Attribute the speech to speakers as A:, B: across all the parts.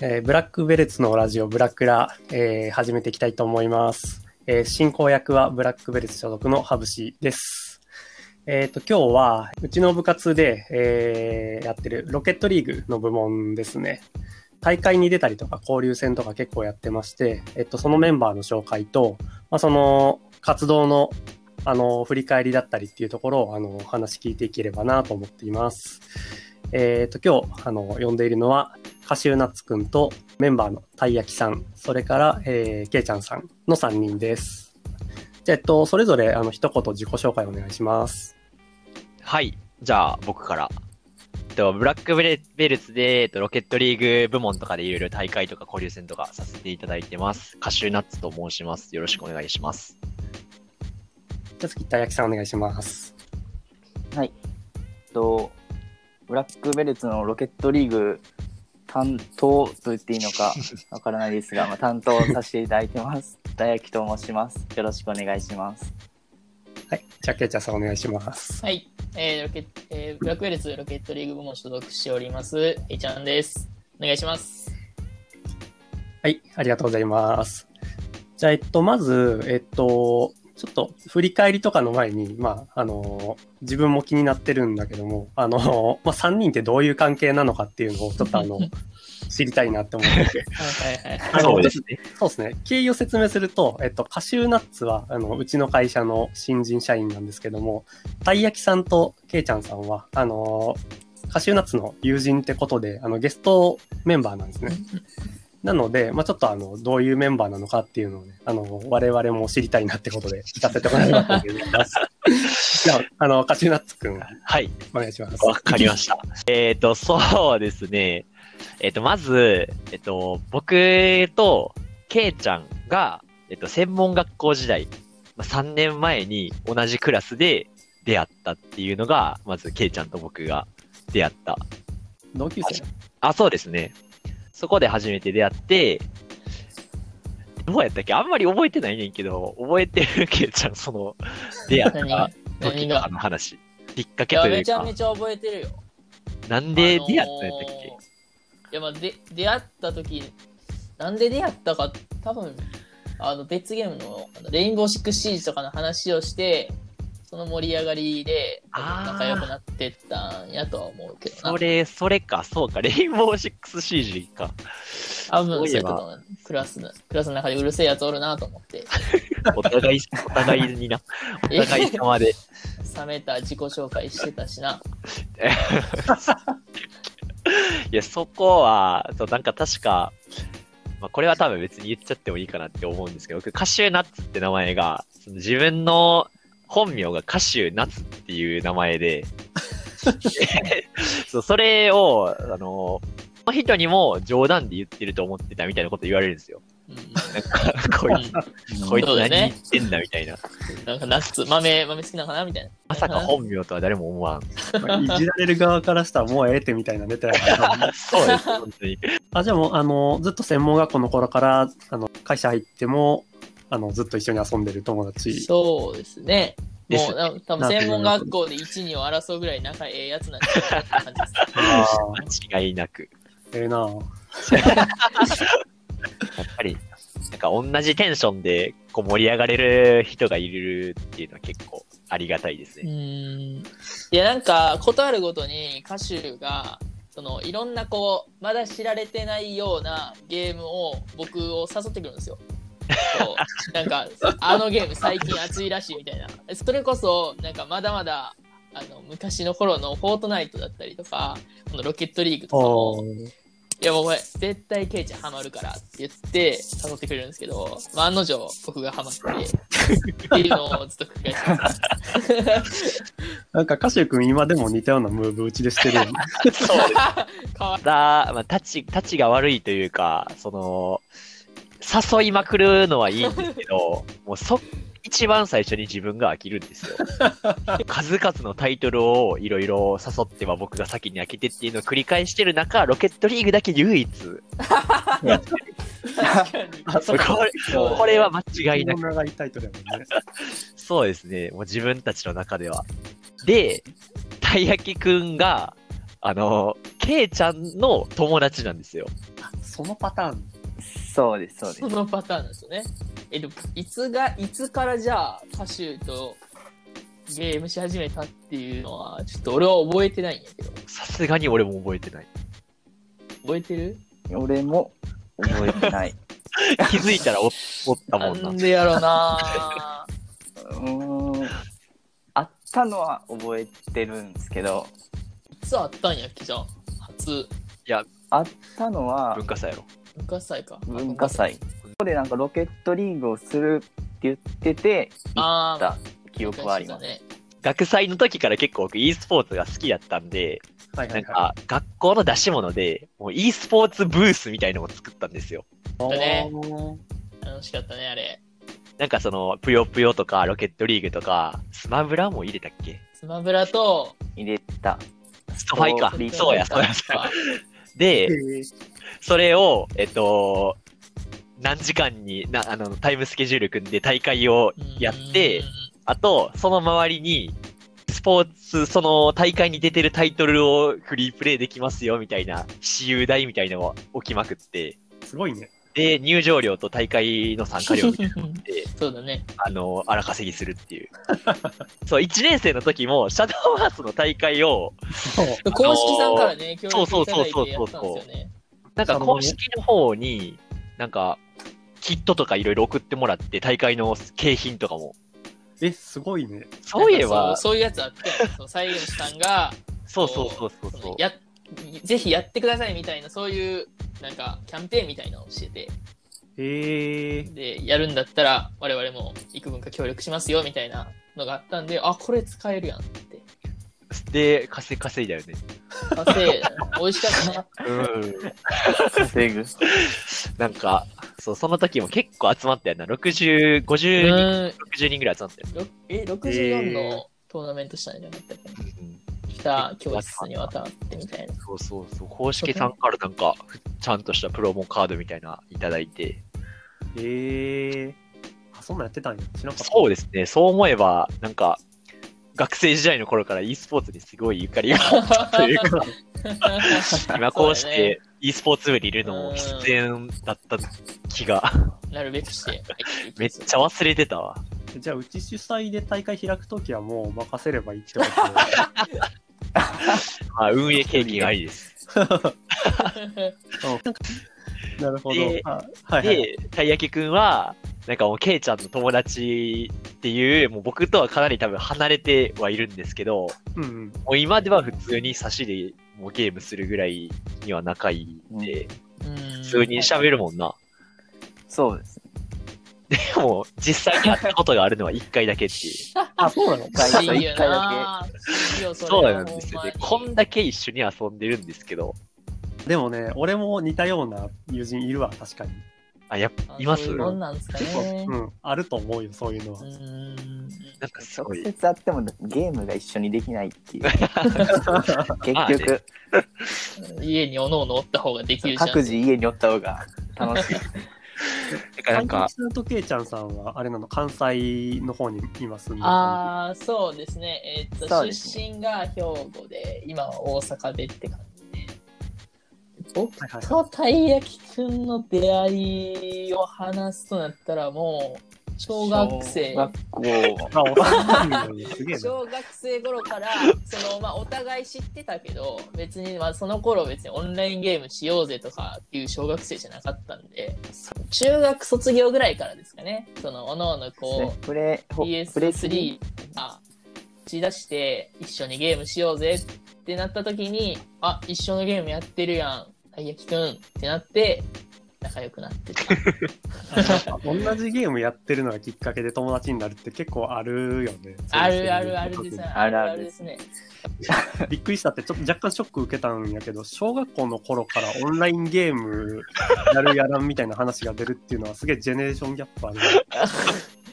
A: えーブラックベルツのラジオブラックラ、えー始めていきたいと思います、えー進行役はブラックベルツ所属のハブシです。えっ、と、今日は、うちの部活で、えーやってるロケットリーグの部門ですね。大会に出たりとか交流戦とか結構やってまして、えっと、そのメンバーの紹介と、まあ、その活動のあの振り返りだったりっていうところをあのお話聞いていければなと思っています。えっと今日あの呼んでいるのはカシューナッツくんとメンバーのたいやきさんそれから、えー、けいちゃんさんの3人です。じゃあえっとそれぞれあの一言自己紹介お願いします。
B: はい。じゃあ、僕から。えっと、ブラックベレベルツで、えっと、ロケットリーグ部門とかでいろいろ大会とか交流戦とかさせていただいてます。カシューナッツと申します。よろしくお願いします。
A: じゃあ次たいやきさんお願いします。
C: はい。えっと、ブラックベルツのロケットリーグ担当と言っていいのかわからないですが、まあ、担当させていただいてます。 大きと申します。よろしくお願いします。
A: はい、じゃあけいちゃんさんお願いします。
D: はい、えーロケッえーブラックベルツロケットリーグ部門所属しております、えいちゃんです。お願いします。
A: はい、ありがとうございます。じゃあ、えっと、まず、えっと、ちょっと振り返りとかの前に、まあ、あの、自分も気になってるんだけども、あの、まあ、3人ってどういう関係なのかっていうのを、ちょっとあ の
D: はい、
A: 知りたいなって思ってて。
D: はいはい。
B: そうですね。
A: そうですね。経緯を説明すると、えっと、カシューナッツは、あの、うちの会社の新人社員なんですけども、たい焼きさんとけいちゃんさんは、あの、カシューナッツの友人ってことで、あの、ゲストメンバーなんですね。なので、まあ、ちょっとあの、どういうメンバーなのかっていうのをね、あの、我々も知りたいなってことで聞かせてもらいましたけど、じゃあ、あの、カシューナッツくん、
B: はい。
A: お願いします。
B: わかりました。えっと、そうですね。えっと、まず、えっと、僕と、ケイちゃんが、えっと、専門学校時代、まあ、3年前に同じクラスで出会ったっていうのが、まず、ケイちゃんと僕が出会った
A: 同級生
B: あ、そうですね。そこで初めて出会って、どうやったっけあんまり覚えてないねんけど、覚えてるけいちゃん、その、 出会った
D: 何
B: 時
D: 何
B: とか
D: が
B: の話。きっか
D: い
B: け
D: や、
B: とい
D: め
B: う
D: ちゃ
B: か
D: め、ちゃ覚えてるよ。
B: なんで出会ったんや
D: あの
B: っ
D: ー
B: たっけ、
D: いや、まあ、で出会った時、なんで出会ったか、多分あの別ゲームのあのレインボーシックスシージとかの話をして、その盛り上がりで多分仲良くなってったんやとは思うけど
B: そ
D: な。
B: れ、それか、そうか、レインボーシックス CG か。
D: 多分そ
B: そ
D: う
B: うい
D: や
B: え
D: ったと
B: ば、
D: 思うクラスのクラスの中でうるせえやつおるなと思って。
B: お互い、お互い にな、お互い様で。
D: 冷めた自己紹介してたしな。
B: いや、そこは、そう、なんか確か、まあ、これは多分別に言っちゃってもいいかなって思うんですけど、僕、カシューナッツって名前が、その自分の本名がカシューナッツっていう名前で、 そうそれを、あの、その人にも冗談で言ってると思ってたみたいなこと言われるんですよ。
D: うん
B: なんか、こいつ、こいつ
D: そうだ
B: 何言
D: よ
B: っ
D: ね
B: てんだみたいな。
D: なんかナッツ、豆、豆好きなのかなみたいな。
B: まさか本名とは誰も思わん。
A: まあいじられる側からしたらもうええってみたいなネタやから。
B: そうです、本当に。
A: あ、じゃあもう、あの、ずっと専門学校の頃から、あの、会社入っても、あの、ずっと一緒に遊んでる友達。
D: そうですね。
B: で
D: も
B: す
D: う、な多分専門学校で1、2を争うぐらい仲ええやつなんじゃないかなって感じです。
A: ああ、
B: 間違いなく。
A: ええな
B: やっぱり、なんか同じテンションでこう盛り上がれる人がいるっていうのは結構ありがたいです
D: う
B: ね。
D: ん。いや、なんか、ことあるごとに歌手が、そのいろんなこうまだ知られてないようなゲームを僕を誘ってくるんですよ。こうなんかあのゲーム最近熱いらしいみたいなそれこそなんかまだまだあの昔の頃の「フォートナイト」だったりとかこのロケットリーグとか
A: お
D: も
A: ー
D: いやもうこれ絶対ケイちゃんハマるからって言って誘ってくれるんですけど、まあ、案の定僕がハマってっていうのをずっと繰り返 してます。
A: なんか、カシュー君今でも似たようなムーブ打ちでしてるよね。
B: そうです。
D: かわい
B: ただ、まあ、たち、たちが悪いというか、その、誘いまくるのはいいんですけ ど、もうそ、一番最初に自分が飽きるんですよ。数々のタイトルをいろいろ誘っては僕が先に飽きてっていうのを繰り返してる中、ロケットリーグだけ唯一。
D: い確かに。
A: あ、
B: こ
A: そう
B: れ
A: か。
B: これは間違いなく
A: 長いタイトルやもんね。
B: そうですね。もう自分たちの中では。で、たい焼きくんが、あの、ケイちゃんの友達なんですよ。
A: そのパターン。
C: そうです、そうです
D: そ。のパターンなんですよね。え、でも、いつが、いつからじゃあ、歌手とゲームし始めたっていうのは、ちょっと俺は覚えてないんやけど。
B: さすがに俺も覚えてない。
D: 覚えてる
C: 俺も覚えてない。
B: 気づいたら おおった
D: な
B: もんな。
D: んでやろうな
C: うーん。あったのは覚えてるんですけど、
D: いつあったんやっけ、じゃあ。初、
C: あったのは
B: 文化祭やろ。
D: 文化祭か。
C: 文化。祭。ここでなんかロケットリーグをするって言ってて、行っ
D: ああ、
C: た記憶はあります。
D: ね。
B: 学祭の時から結構僕 e スポーツが好きだったんで、
A: はいは
B: なん
A: いは
B: か学校の出し物で、もう e スポーツブースみたいのを作ったんですよ。
A: い。
D: ね
A: あー
D: 楽しかったね、あれ。
B: なんかその、ぷよぷよとか、ロケットリーグとか、スマブラも入れたっけ
D: スマブラと、
C: 入れた。
B: ストファイか
C: ストファイ。
B: そうや、そうや、そうや。で、
A: へー
B: それを、えっと、何時間になあのタイムスケジュール組んで大会をやって、あと、その周りに、スポーツ、その大会に出てるタイトルをフリープレイできますよ、みたいな、私有台みたいなのを置きまくって、
A: すごいね。
B: で、入場料と大会の参加料みた いなのを持って、
D: そうだね。
B: あの、荒稼ぎするっていう。そう、1年生の時も、シャドウハーツの大会を、
D: 公式さんからね、協
B: そうそ
D: 力いうた
B: そ
D: だ
B: う
D: い
B: そう
D: てやったんですよね。
B: なんか公式の方に、なんか、キットとかいろいろ送ってもらって、大会の景品とかも。
A: え、すごいね。
B: そういえば、
D: そういうやつあったよね。その西園さんが、
B: そうそうそうそう
D: そ
B: そう
D: の。やぜひやってくださいみたいなそういうなんかキャンペーンみたいなのをしてて
A: えー、
D: でやるんだったら我々も幾分か協力しますよみたいなのがあったんであこれ使えるやんって
B: で、稼い稼いだよね。
D: 稼いだな美味しかったな
B: うん。
C: 稼ぐ。
B: なんか、そう、その時も結構集まったよな。60、50人、
D: うん
B: 60人ぐらい集まったよ、
D: ろえ64のトーナメントしたんじゃなかったっけな
B: うん。
D: 北教室に渡ってみたいな
B: そうそうそう。公式さんからなんか、ちゃんとしたプロモカードみたいな、いただいて。
A: えー。あ、そんなんやってたんや。知らなかった。
B: そうですね。そう思えば、なんか、学生時代の頃から e スポーツにすごいゆかり があったというか、今こうし
D: そうだね
B: て e スポーツ部にいるのも必然だった気が、
D: なるべくして入て
B: め
D: い
B: っ
D: き
B: ち
D: ます
B: ゃ忘れてたわ。
A: じゃあ、うち主催で大会開くときはもう任せればいいってこと
B: まあ、運営経験ありです。
A: でなるほど。
B: で
A: あはいはい。
B: で、たい焼きくんは、なんかもう、ケイちゃんの友達っていう、もう僕とはかなり多分離れてはいるんですけど、
A: うんうん。
B: もう今では普通に差しでもうゲームするぐらいには仲いいんで、
D: うん
B: 普通に喋るもんな。
C: そうです。
B: でも、実際に会ったことがあるのは1回だけっていう。
A: あ、そうなの
C: 大
D: 不思
C: 会
D: 議
C: 一
D: や
C: 回だ
D: な不思議よそれ
B: そう
D: は
B: なんですよね。こ
D: ほんまに
B: んだけ一緒に遊んでるんですけど、
A: でもね、俺も似たような友人いるわ、確かに。
B: あ、やっぱ、
D: あ
B: います
D: そううもんなんですか
A: 結構、
D: ね。
A: うん、あると思うよ、そういうのは
D: う。
B: な
D: ん。
B: んかす
C: け。
B: ご
C: 直
B: い。
C: 接会ってもゲームが一緒にできないっていう。
B: ま
C: 結
B: あね
C: 局、
D: 家におのおのおった方ができるじゃん。
C: 各自家におった方が楽しい。
B: なんか
A: 関、西とけいちゃんさんは、あれなの、関西の方にいますんで
D: ああ、そうですね。えーっ
C: そ
D: と、
C: うです
D: 出身が兵庫で、今は大阪でって感じで。僕
A: はいはい
D: とたい焼きくんの出会いを話すとなったらもう、小学生。
C: 小学校。
A: あ、おさんなんだよねすげえな。
D: 小学生頃 からその、まあ、お互い知ってたけど別に、まあ、その頃別にオンラインゲームしようぜとかっていう小学生じゃなかったんで中学卒業ぐらいからですかねそのおのおのこ
C: プレ
D: う
C: ほプレスリ
D: PS3 が打ち出して一緒にゲームしようぜってなった時にあ一緒のゲームやってるやんたい焼きくんってなって仲良く なってた
A: 同じゲームやってるのがきっかけで友達になるって結構あるよね。
D: あるあるあるですね
C: あるあるです
D: ね
A: びっくりしたって、ちょっと若干ショック受けたんやけど、小学校の頃からオンラインゲームやるやらんみたいな話が出るっていうのは、すげえジェネレーションギャップある。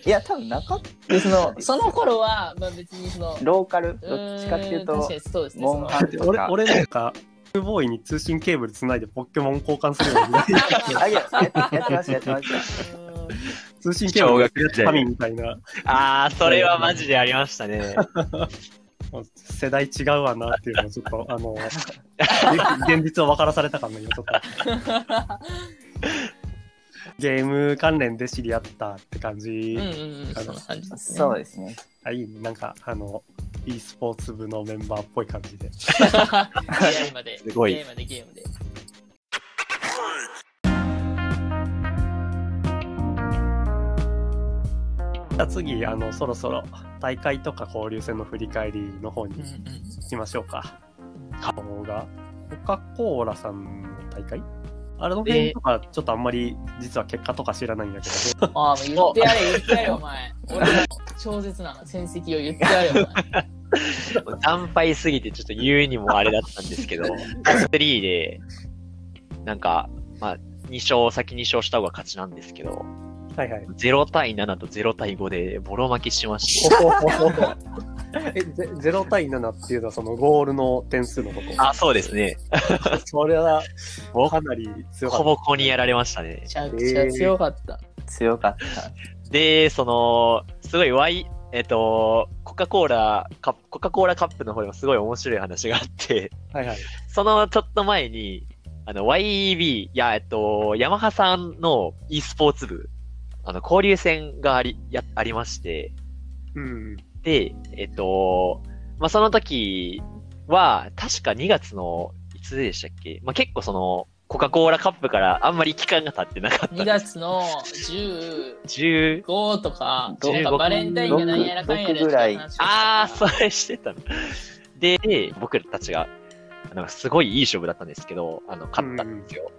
C: ー。いや、多分なかっ
D: でその その頃は、まあ、別にその
C: た。ローカル、どっちかっていう
D: ーん確
C: と
D: か、にそうですね。
C: モンハンと
A: 俺
C: か。
A: 俺なんか、ゲームボーイに通信ケーブルつないでポケモン交換するようになり
C: あ、いや、ややってました、やってました。
D: そのうーん
A: 通信ケーブルやる神みたいな。
B: あー、それはマジでありましたね。
A: 世代違うわなっていうのをちょっと、あの、現実を分からされた感が今ちょっとあって。ゲーム関連で知り合ったって感じ
D: うんうんうん、そんな感じですね。
C: そうですね。
A: あいいねなんかあの e スポーツ部のメンバーっぽい感じで
D: 出会いまで、
B: すごい
D: 出会いまでゲームで。
A: じゃあ次あのそろそろ大会とか交流戦の振り返りの方
D: うんう
A: に
D: ん
A: 行きましょうか方がコカ・コーラさんの大会あれの辺とかちょっとあんまり実は結果とか知らないんだけ ど、
D: ああ、もう言ってやれ、言ってやれ、お前。俺の超絶な戦績を言ってやれ、お前。
B: 惨敗すぎてちょっと言うにもあれだったんですけど、3で、なんか、まあ、2勝、先2勝した方が勝ちなんですけど、
A: はいはい
B: 0対7と0対5でボロ負けしまし
A: ほ
B: た。
A: ほほほほ えゼ0対7っていうのはそのゴールの点数のこ
B: あ、そうですね。
A: とそれは
B: ボ
A: かなり強か
B: コ
A: った
B: ボコにやられましたね
D: め。ちゃくちゃ強かった。
C: 強かった。
B: で、その、すごいワイ、えっと、コカ・コーラカップ、コカ・コーラカップの方でもすごい面白い話があって、
A: はいはい
B: そのちょっと前に、あの、YEB、いや、えっと、ヤマハさんの e スポーツ部、あの、交流戦があり、や、ありまして、
A: うん
B: で、えっと、まあ、その時は、確か2月の、いつでしたっけまあ、結構その、コカ・コーラカップからあんまり期間が経ってなかった。
D: 2月の15
B: 10、
D: とか、
C: 15
D: なんかバレンタインがなんやらかんやらっていう話をしたから
B: あー、 それしてたの。で、僕たちが、なんかすごいいい勝負だったんですけど、あの、勝ったんですよ。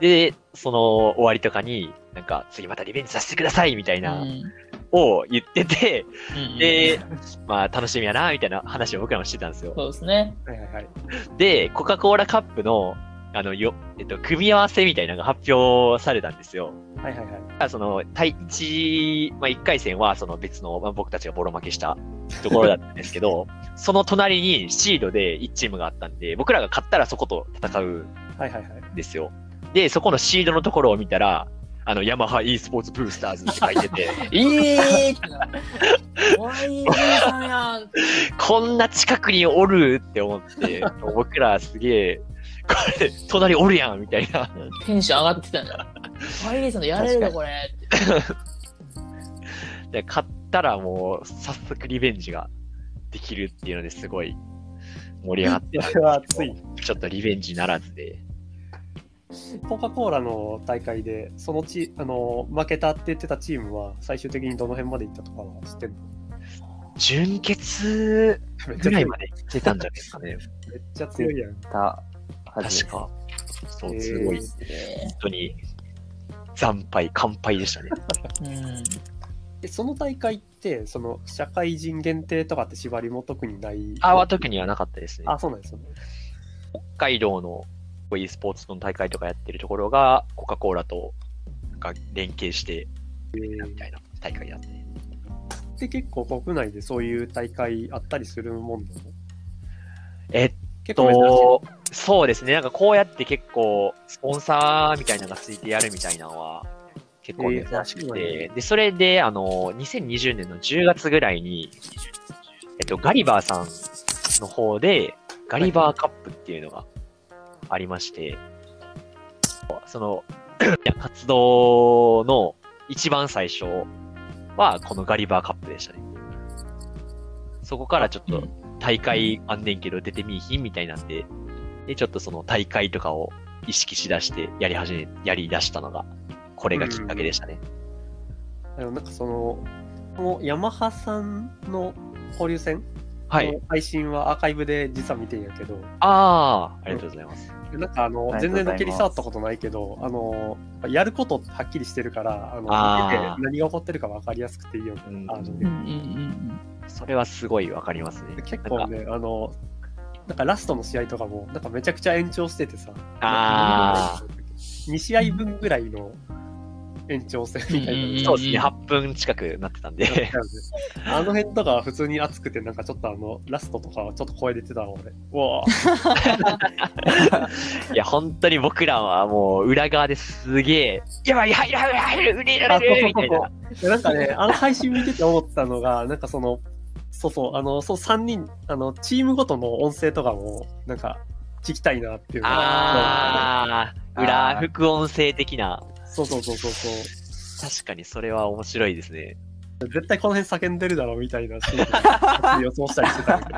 B: で、その終わりとかに、なんか、次またリベンジさせてくださいみたいな、
D: うん
B: を言ってて、
D: うん
B: で、まあ、楽しみやな、みたいな話を僕らもしてたんですよ。
D: そうですね。
A: はいはいはい
B: で、コカ・コーラカップの、あの、よ、えっと、組み合わせみたいなのが発表されたんですよ。
A: はいはいはい
B: あその、対一、まあ、1回戦は、その別の、まあ、僕たちがボロ負けしたところだったんですけど、その隣にシードで1チームがあったんで、僕らが勝ったらそこと戦うん
A: はいはいはい
B: ですよ。で、そこのシードのところを見たら、あの、ヤマハ e スポーツブースターズって書いてて、
D: えーってな。YG さんやんって。
B: こんな近くにおるって思って、僕らすげえ、これ、隣おるやんみたいな。
D: テンション上がってたんだ。YG さんとやれるのこれって。
B: で、買ったらもう、早速リベンジができるっていうのですごい盛り上がってたん
A: それは
B: です
A: 熱
B: け
A: い
B: ど、ちょっとリベンジならずで。
A: コカ・コーラの大会で、そのチあの負けたって言ってたチームは、最終的にどの辺まで行ったとかは知ってんの
B: 純潔
A: めっち
B: ぐ
A: ゃ強
B: らい
A: い
B: まで行ってたんじゃないですかね。
A: めっちゃ強いやん。
C: たはず
B: 確
C: です。
B: か。そ
A: へ
B: う、
A: ー
B: すごい、本当に、惨敗、完敗でした ね。
D: うん。
A: えその大会って、その社会人限定とかって縛りも特にない。
B: あは特にはなかったですね。
A: あ、そうなんですよね。
B: 北海道の e スポーツの大会とかやってるところが、コカ・コーラとなんか連携して、みたいな大会だったね。
A: で、結構国内でそういう大会あったりするもんなの
B: えっ
A: 結構珍しい
B: と、そうですね。なんかこうやって結構、スポンサーみたいなのがついてやるみたいなのは、結構珍しくて、
A: え
B: で、それで、あの、2020年の10月ぐらいに、えっと、ガリバーさんの方で、ガリバーカップっていうのがありまして、その、 活動の一番最初は、このガリバーカップでしたね。そこからちょっと、大会あんねんけど出てみいひんみたいなんで、で、ちょっとその大会とかを意識しだしてやり始め、やり出したのが、これがきっかけでしたね。
A: あのなんかその、このヤマハさんの交流戦
B: はい。
A: の配信はアーカイブで実は見てんやけど、
B: ああ、ありがとうございます。
A: なんかあの
C: あり
A: 全
C: がとう
A: 然
C: ございます
A: 抜けり触ったことないけど、あのやることはっきりしてるから、あの
B: あ
A: 見
B: ー
A: てて何が起こってるか分かりやすくていいよね。
B: うん
A: あの
D: うんうんうん
B: それはすごいわかりますね。
A: 結構ね、あのなんかラストの試合とかも、なんかめちゃくちゃ延長しててさ、
B: あ
A: 2試合分ぐらいの延長戦みたい
D: うん
B: あ、
A: な。
B: そうですね。8分近くなってたんで。
A: あの辺とかは普通に熱くて、なんかちょっとあのラストとかはちょっと声出てたわ、俺。うわー
B: いや、本当に僕らはもう裏側ですげえ、やばい、入る、入る、入る、入れられる、みたいな。
A: いやなんかね、あの配信見てて思ったのが、なんかその、そうそう、あの、そう3人、あの、チームごとの音声とかも、なんか、聞きたいなっていうのが
B: ああ、
C: うん
B: 裏
C: あー
B: 副音声的な。
A: そうそうそうそうそう。
B: 確かにそれは面白いですね。
A: 絶対この辺叫んでるだろうみた いなシーン予想したりしてたんで、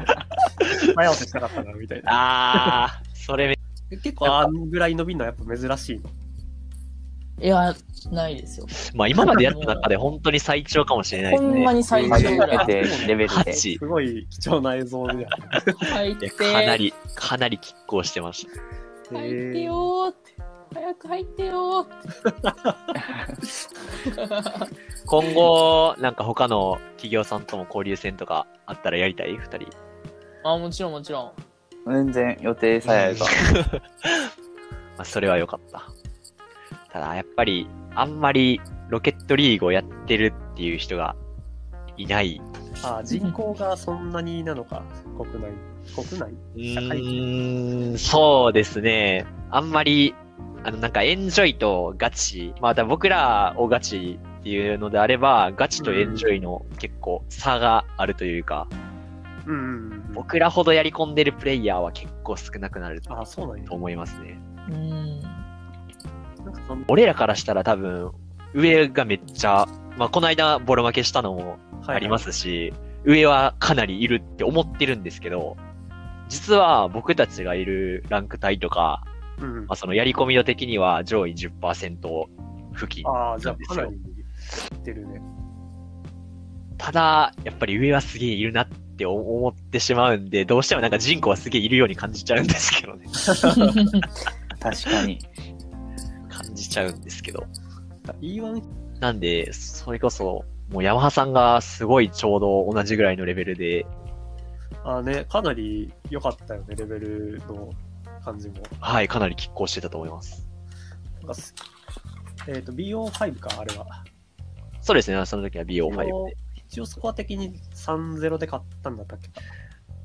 A: 早押ししたかったなみたいな。
B: ああ、それめ、
A: 結構、あんぐらい伸びるのはやっぱ珍しいの。
D: いや、ないですよ。
B: まあ今までやった中で本当に最長かもしれないで
D: ほ
B: す
D: んま
B: ね。
D: に最
C: 初
D: 低ぐら
C: め
D: い。
C: てレベルで。
B: 8。
A: すごい貴重な映像で。
D: 最
B: い
D: 低
B: や。かなり、かなり拮抗してました。
D: 入ってよーって。早く入ってよーって。
B: 今後、なんか他の企業さんとも交流戦とかあったらやりたい二人。
D: あ、もちろんもちろん。
C: 全然予定さえあれば。
B: まあ、それは良かった。ただ、やっぱり、あんまりロケットリーグをやってるっていう人がいない。
A: ああ、人口がそんなになのか、国内。国内
B: う
A: 社会人
B: ーん、そうですね。あんまり、あの、なんかエンジョイとガチ、まあた僕らをガチっていうのであれば、ガチとエンジョイの結構差があるというか、
A: うんうんうん。
B: 僕らほどやり込んでるプレイヤーは結構少なくなる
A: ああ、そうなんや
B: と。思いますね。
D: うん。
A: なんかその、
B: 俺らからしたら多分、上がめっちゃ、まあ、この間ボロ負けしたのも
A: はい
B: ありま。すし、上はかなりいるって思ってるんですけど、実は僕たちがいるランク帯とか、
A: うん
B: まあ、そのやり込み度的には上位10%付近。
A: ああ、じゃあ、かなりいってるね。
B: ただ、やっぱり上はすげえいるなって思ってしまうんで、どうしてもなんか人口はすげえいるように感じちゃうんですけどね。
C: 確かに。
B: 感じちゃうんですけど。
A: E1
B: なんで、それこそ、もうヤマハさんがすごいちょうど同じぐらいのレベルで、
A: あね、かなり良かったよね、レベルの感じも。
B: はい、かなり拮抗してたと思います。
A: なんかすえっ、と、BO5 か、あれは。
B: そうですね、その時は BO5 で。
A: 一応スコア的に3-0で勝ったんだったっけか。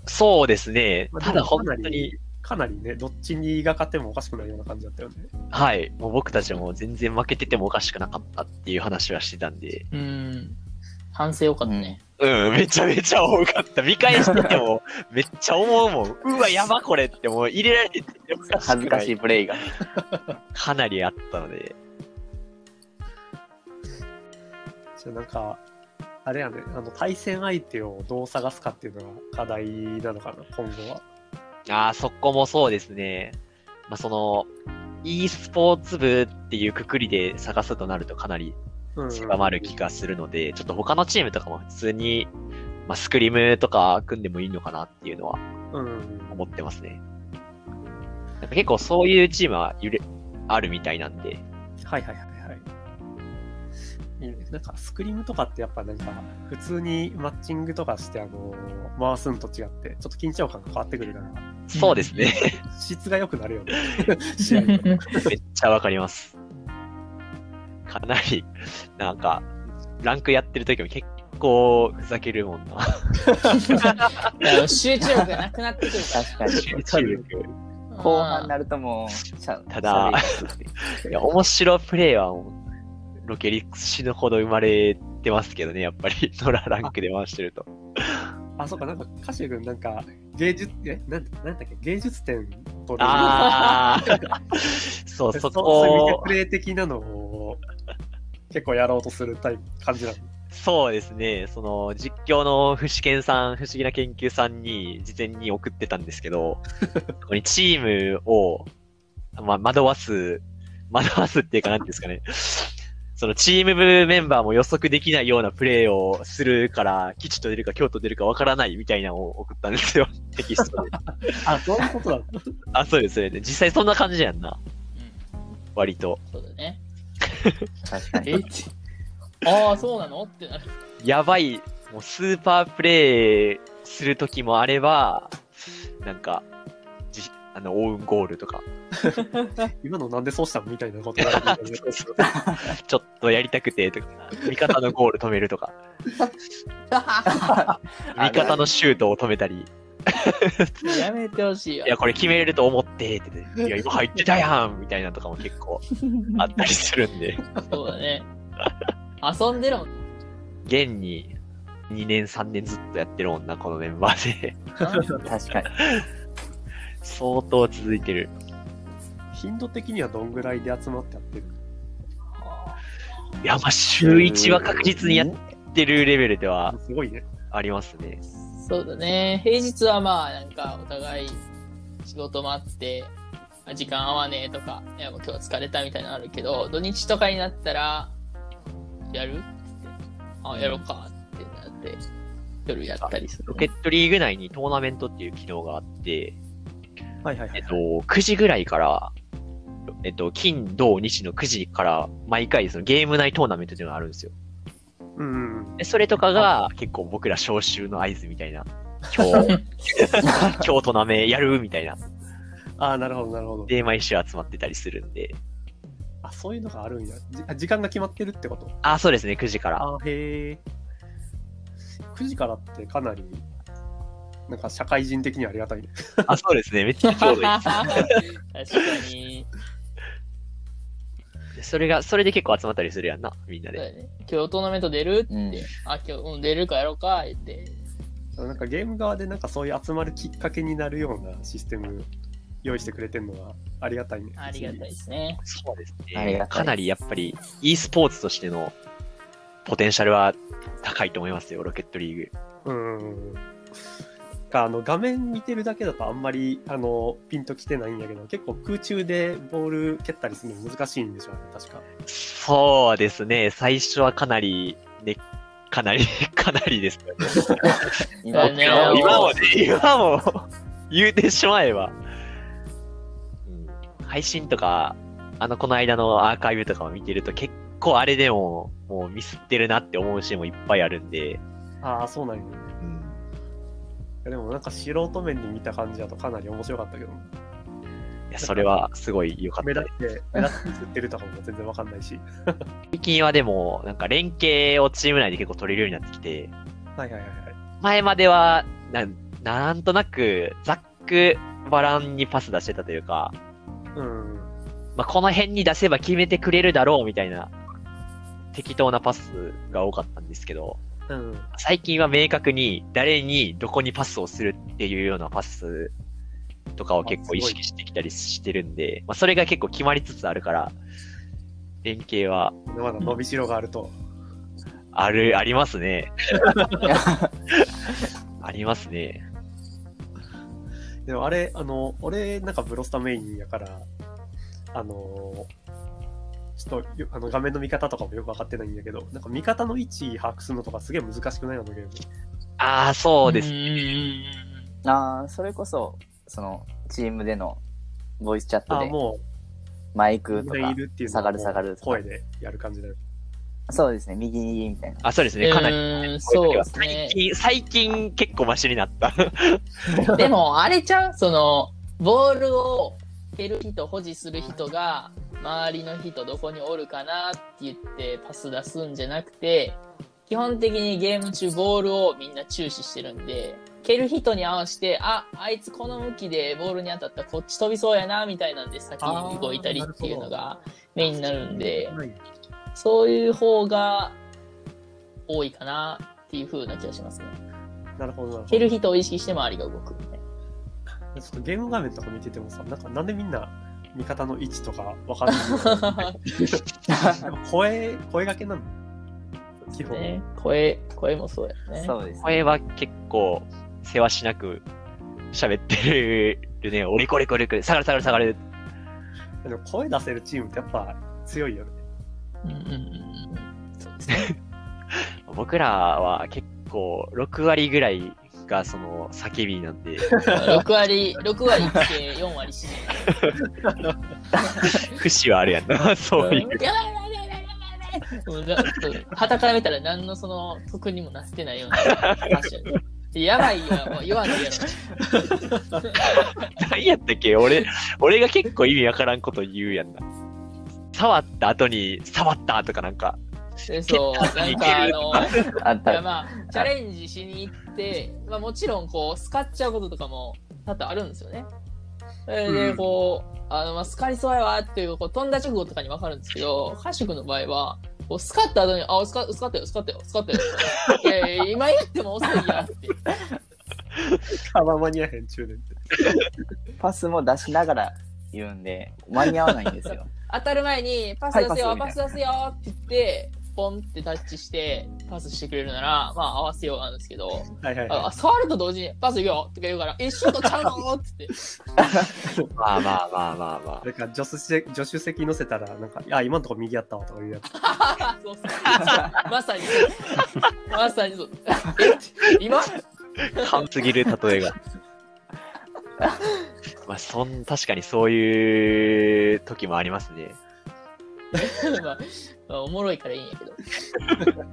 B: そうですね
A: ま。あ
B: た
A: で
B: だ
A: も
B: 本当
A: かな
B: に
A: り、かなりね、どっちにが勝ってもおかしくないような感じだったよね。
B: はい、もう僕たちも全然負けててもおかしくなかったっていう話はしてたんで、
D: うん。反省よかったね。
B: うん、めちゃめちゃ多かった。見返して ても、めっちゃ思うもん。うわ、やばこれってもう入れられてておかしくない
C: 恥ずかしい。プレイが。
B: かなりあったので、
A: じゃあなんか、あれやね、あの、対戦相手をどう探すかっていうのが課題なのかな、今後は。
B: ああ、そこもそうですね。まあ、その、e スポーツ部っていうくくりで探すとなるとかなり
A: うん
B: 狭まる気がするので、ちょっと他のチームとかも普通に、まあ、スクリームとか組んでもいいのかなっていうのは
A: うん。
B: 思ってますね。なんか結構そういうチームはゆれあるみたいなんで、
A: はいはいはいはいいいね。なんかスクリームとかってやっぱなんか普通にマッチングとかしてあのー回すんと違ってちょっと緊張感が変わってくるから
B: そうですね。
A: 質が良くなるよね 試合の
B: めっちゃわかります。かなり、なんか、ランクやってる時も結構ふざけるもんな。
D: いや集中力がなくなってくるか
C: 確かに。
A: わかる
D: ら。
C: 後半に
D: な
C: なるともう、しゃ
B: ただ
C: しゃべり出すっていう
B: いや、面白いプレイはもう、ロケリ死ぬほど生まれてますけどね、やっぱり、ノラランクで回してる と。
A: あそうかなんか歌手君なんか芸術えなんなんだっけ芸術点と
B: ああ、そう、
A: で
B: そ
A: そういう見て
B: こ
A: プ、レイ的なのを結構やろうとするタイプ感じなの
B: そうですね、その、実況の不思研さん、不思議な研究さんに、事前に送ってたんですけ ど、ここにチームを、まあ、惑わす、惑わすっていうか、なんていうんですかね。そのチーム部メンバーも予測できないようなプレーをするから、吉と出るか京都出るかわからないみたいなのを送ったんですよ、テキストで。
A: あそういうことだった
B: あ、そうです、そうです。実際そんな感じやんな、
D: うん
B: 割と。
D: そうだね。
C: 確かに。
D: えああ、そうなのってなる。
B: やばい、もうスーパープレイする時もあれば、なんか、じあの、オウンゴールとか、
A: 今のなんでそうしたのみたいなことがあるんだけど
B: ちょっとやりたくて、とか、味方のゴール止めるとか、味方のシュートを止めたり、
D: やめてほしいよ
B: い。や、これ決めれると思って、ってね、いや、今入ってたやんみたいなとかも結構あったりするんで、
D: そうだね。遊んでるもん。
B: 現に、 2年3年ずっとやってるもんな、このメンバーで。
C: 確かに。
B: 相当続いてる。
A: 頻度的にはどんぐらいで集まってやってる
B: いや、まあ、週1は確実にやってるレベルでは
A: すごいね。
B: ありますね。
D: そうだね。平日はまあ、なんか、お互い仕事もあって、あ時間合わねえとか、いや、もう今日は疲れたみたいなのあるけど、土日とかになったら、やるってあ、やろうかってなって、夜やったりする
B: ロ。ケットリーグ内にトーナメントっていう機能があって、
A: はいはいは
B: えっ
A: い。
B: と、9時ぐらいから、えっと、金、土、日の9時から、毎回そのゲーム内トーナメントっていうのがあるんですよ。
A: うんうん。
B: でそれとかが、結構僕ら招集の合図みたい な。今日、 今日トーナメやるみたいな。
A: ああ、なるほどなるほど。
B: で、毎週集まってたりするんで。
A: あ、そういうのがあるんや。じあ時間が決まってるってこと
B: あ、そうですね、9時から。
A: あへえ。9時からってかなり、なんか社会人的にはありがたいね。
B: あ、そうですね、めっちゃちょうどいい。
D: 確かに。
B: でそれが、それで結構集まったりするやんな、みんな
D: そうだ
B: で。
D: ね今日トーナメント出るって、
C: うん
D: あ、今日、うん、出るかやろうか言って。
A: なんかゲーム側でなんかそういう集まるきっかけになるようなシステム用意してくれてるのはありがたいね。
D: ありがたいですね。
B: そうです
C: あり
B: ね。
C: がたい
B: かなりやっぱり、e スポーツとしてのポテンシャルは高いと思いますよ、ロケットリーグ。
A: うんうんうん。かあの画面見てるだけだとあんまりあのピンときてないんやけど結構空中でボール蹴ったりするの難しいんでしょうね確か
B: そうですね、最初はかなり、ね、かなり、 かなりですよね。
D: だね
B: 今
D: もう
B: もね、今も、言うてしまえば、うん配信とか、あの、この間のアーカイブとかを見てると結構あれでも、もうミスってるなって思うシーンもいっぱいあるんで、
A: ああそうなんや、ね、いやでもなんか素人面で見た感じだとかなり面白かったけど
B: いやそれはすごい良かっ
A: 目
B: た
A: 立
B: です。
A: って目立って映ってるとかも全然わかんないし
B: 最近はでも、なんか連携をチーム内で結構取れるようになってきて、
A: はいはいはいはい
B: 前までは、なんなんとなく、ざっくばらんにパス出してたというか、
A: うん
B: まあ、この辺に出せば決めてくれるだろうみたいな、適当なパスが多かったんですけど、
A: うん
B: 最近は明確に誰にどこにパスをするっていうようなパスとかを結構意識してきたりしてるんで、まあ、それが結構決まりつつあるから、連携は
A: まだ伸びしろがあると、
B: ある、ありますね。ありますね。
A: でもあれあの俺なんかブロスタメインやからあのちょっとよあの画面の見方とかもよく分かってないんだけどなんか見方の位置把握するのとかすげえ難しくないのだけど
B: ああ、そうです。
D: んんんう ん
C: ああ、それこそ、その、チームでのボイスチャット
A: あ
C: で、
A: も
C: マイク
A: う
C: と
A: 上
C: か
A: い、るっていうの
C: 下
A: は
C: が
A: も
C: る
A: う
C: 下がるとか
A: 声でやる感じだよ
C: そうですね、右右みたいな。
B: あ、そうですね。かなり。
D: り。そうですね
B: 最。近、最近結構マシになった。
D: でも、あれちゃうその、ボールを蹴る人、保持する人が、周りの人どこにおるかなって言ってパス出すんじゃなくて、基本的にゲーム中ボールをみんな注視してるんで、蹴る人に合わせて、あ、あいつこの向きでボールに当たったらこっち飛びそうやな、みたいなんで先に動いたりっていうのがメインになるんで、
A: はい
D: そういう方が多いかなっていう風な気がしますね。
A: なるほどなるほど
D: 蹴る人を意識して周りが動くみたいな。
A: ちょっとゲーム画面とか見ててもさなんかなんでみんな味方の位置とか分かんない でも声声がけなの基本、
D: ね、声声もそうやね。
C: そうですね。
B: 声は結構、せわしなく喋ってるね。オリコリコリコリ、下がる下がる下がる。
A: でも声出せるチームってやっぱ強いよね
D: うんうんうんうん。そうですね。
B: 僕らは結構、6割ぐらいがその叫びなん で、
D: 六割六割って四割し。
B: 節はあるやん な。そういう。
D: やばいやばいやばいやばいもうな旗から見たら何のその得にもなってないような歌手やねやばいやもう言わんでや
B: 何やったっけ俺、俺が結構意味わからんこと言うやんな。触った後に、触ったとかなんか、
D: ろ。そうなんかあの。
C: あっ
D: いや
C: た。
D: まあチャレンジしに行って、まあ、もちろんこうスカっちゃうこととかも多々あるんですよね。それでこう、あのまあスカりそうやわっていうこう飛んだ直後とかに分かるんですけど歌手君の場合はこう薄かった後に、あ、薄か薄かったよ、薄かったよ、薄かったよ。いやいや、今言っても遅いやんって。
A: あんま間に合えへん中年って。
C: パスも出しながら言うんで、間に合わないんですよ。
D: 当たる前に、パス出せよ、
C: はいパ
D: パ
C: ス
D: ス出せよって言って、ポンってタッチして、パスしてくれるなら、まあ合わせようなんですけど、
A: はいはい、
D: あ
A: は
D: 触ると同時に、パス行くよとか言うから、え、シュートちゃうのって言って。
B: まあまあまあまあまあ
A: い。。なんか助手席助手席乗せたら、なんか、あ、今のとこ右やったわとかいうやつ。
D: そうそうまさにそう。まさにそう。え今
B: 勘すぎる例えが。まあ、そん、確かにそういう時もありますね。
D: まあまあ、おもろいからいいんやけど。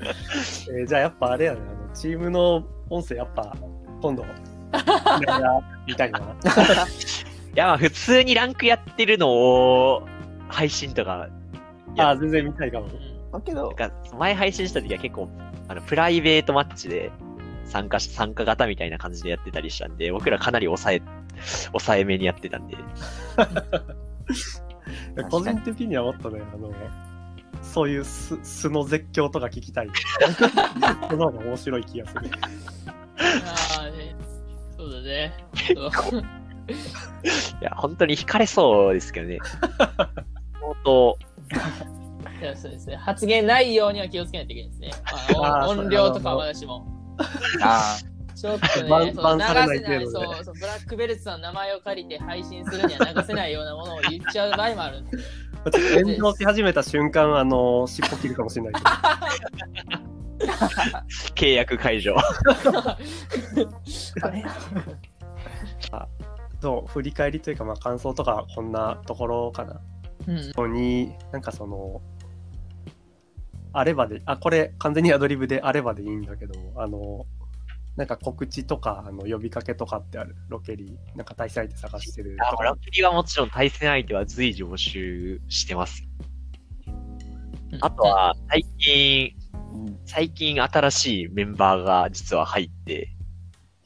A: えーじゃあやっぱあれやね、あのチームの音声やっぱ、今 度、いろいろ見たいな。
B: いや、まあ普通にランクやってるのを、配信とか、
A: あ、全然見たいかも
D: う。ん
C: だけど、
B: なんか前配信した時は結構、あの、プライベートマッチで参加し、参加型みたいな感じでやってたりしたんで、僕らかなり抑え、抑えめにやってたんで、
C: 確かに
A: 個人的にはもっとね、あの、そういう素素の絶叫とか聞 きたい。その方が面白い気がする。
D: あーねそうだね。そう
B: いや、本当に惹かれそうですけどね。相当、
D: いやそうですね。発言ないようには気をつけないといけないですね。あ
A: あー
D: の
A: そう
D: 音量とかは私も。
C: あ
D: ちょっとね、
A: バン
D: そ
A: バ
D: の
A: ン
D: 流
A: され
D: せな
A: ないい程度で
D: そうそう、ブラックベルトさんの名前を借りて配信するには流せないようなものを言っちゃう場合もあるんで。
A: 炎上し始めた瞬間、あの、尻尾切るかもしれないけど。
B: 契約解除。
C: あれ
A: そう、振り返りというか、まあ感想とか、こんなところかな。
D: うん、
A: のに、なんかその、あればで、あ、これ完全にアドリブであればでいいんだけど、あの、なんか告知とか、あの呼びかけとかってある、ロケリー、なんか対戦相手探してると
B: あラ
A: か
B: ッ。キーはもちろん対戦相手は随時募集してます。あとは、最近、
C: うん
B: 最近新しいメンバーが実は入って、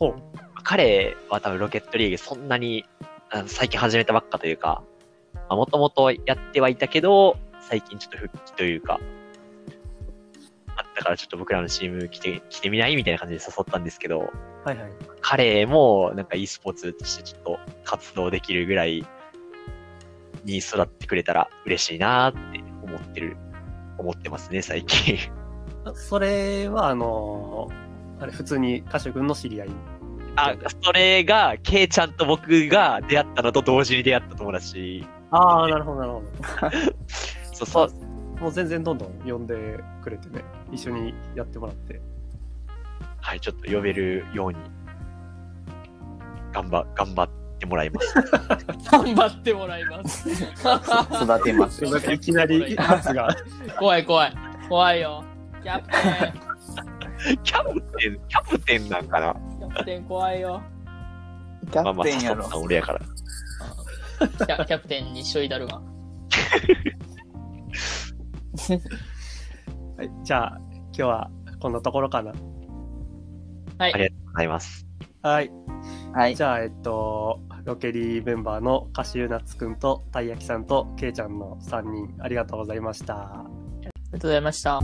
A: ほう
B: 彼は多分ロケットリーグそんなにあの最近始めたばっかというか、もともとやってはいたけど、最近ちょっと復帰というか、あったからちょっと僕らのチーム来て、来てみないみたいな感じで誘ったんですけど、
A: はいはい。
B: 彼もなんか e スポーツとしてちょっと活動できるぐらいに育ってくれたら嬉しいなーって思ってる、思ってますね、最近。
A: あそれは、あのーあれ、普通に歌手君の知り合い。
B: あ、それが、ケイちゃんと僕が出会ったのと同時に出会った友達。
A: ああ、なるほど、なるほ
B: そうそう、
A: ど。もう全然どんどん呼んでくれてね、一緒にやってもらって。
B: はい、ちょっと呼べるように、頑張、頑張ってもらいます。
D: 頑張ってもらいます。
C: 育てます。
D: そう
A: いきなり圧が。
D: 怖い怖い。怖いよ。キャプテ
B: キャプテン、キャプテンなんかな
D: ン。キャプテン怖いよ。
C: キ
B: まあ
C: ャ
B: ま
C: プ
B: あ、
C: テ
B: 誘っ
C: ン
B: た
C: や
B: の
C: ろ
B: は。俺やから。
D: キャキャプテンに一緒になる
A: は
D: わ。
A: い、じゃあ、今日はこんなところかな。
D: は
B: あり
D: い。
B: がとうございます。
A: はい。
C: はい
A: じ。ゃあ、えっと、ロケリーメンバーのカシューナッツくんとたいやきさんとけいちゃんの3人、ありがとうございました。
D: ありがとうございました。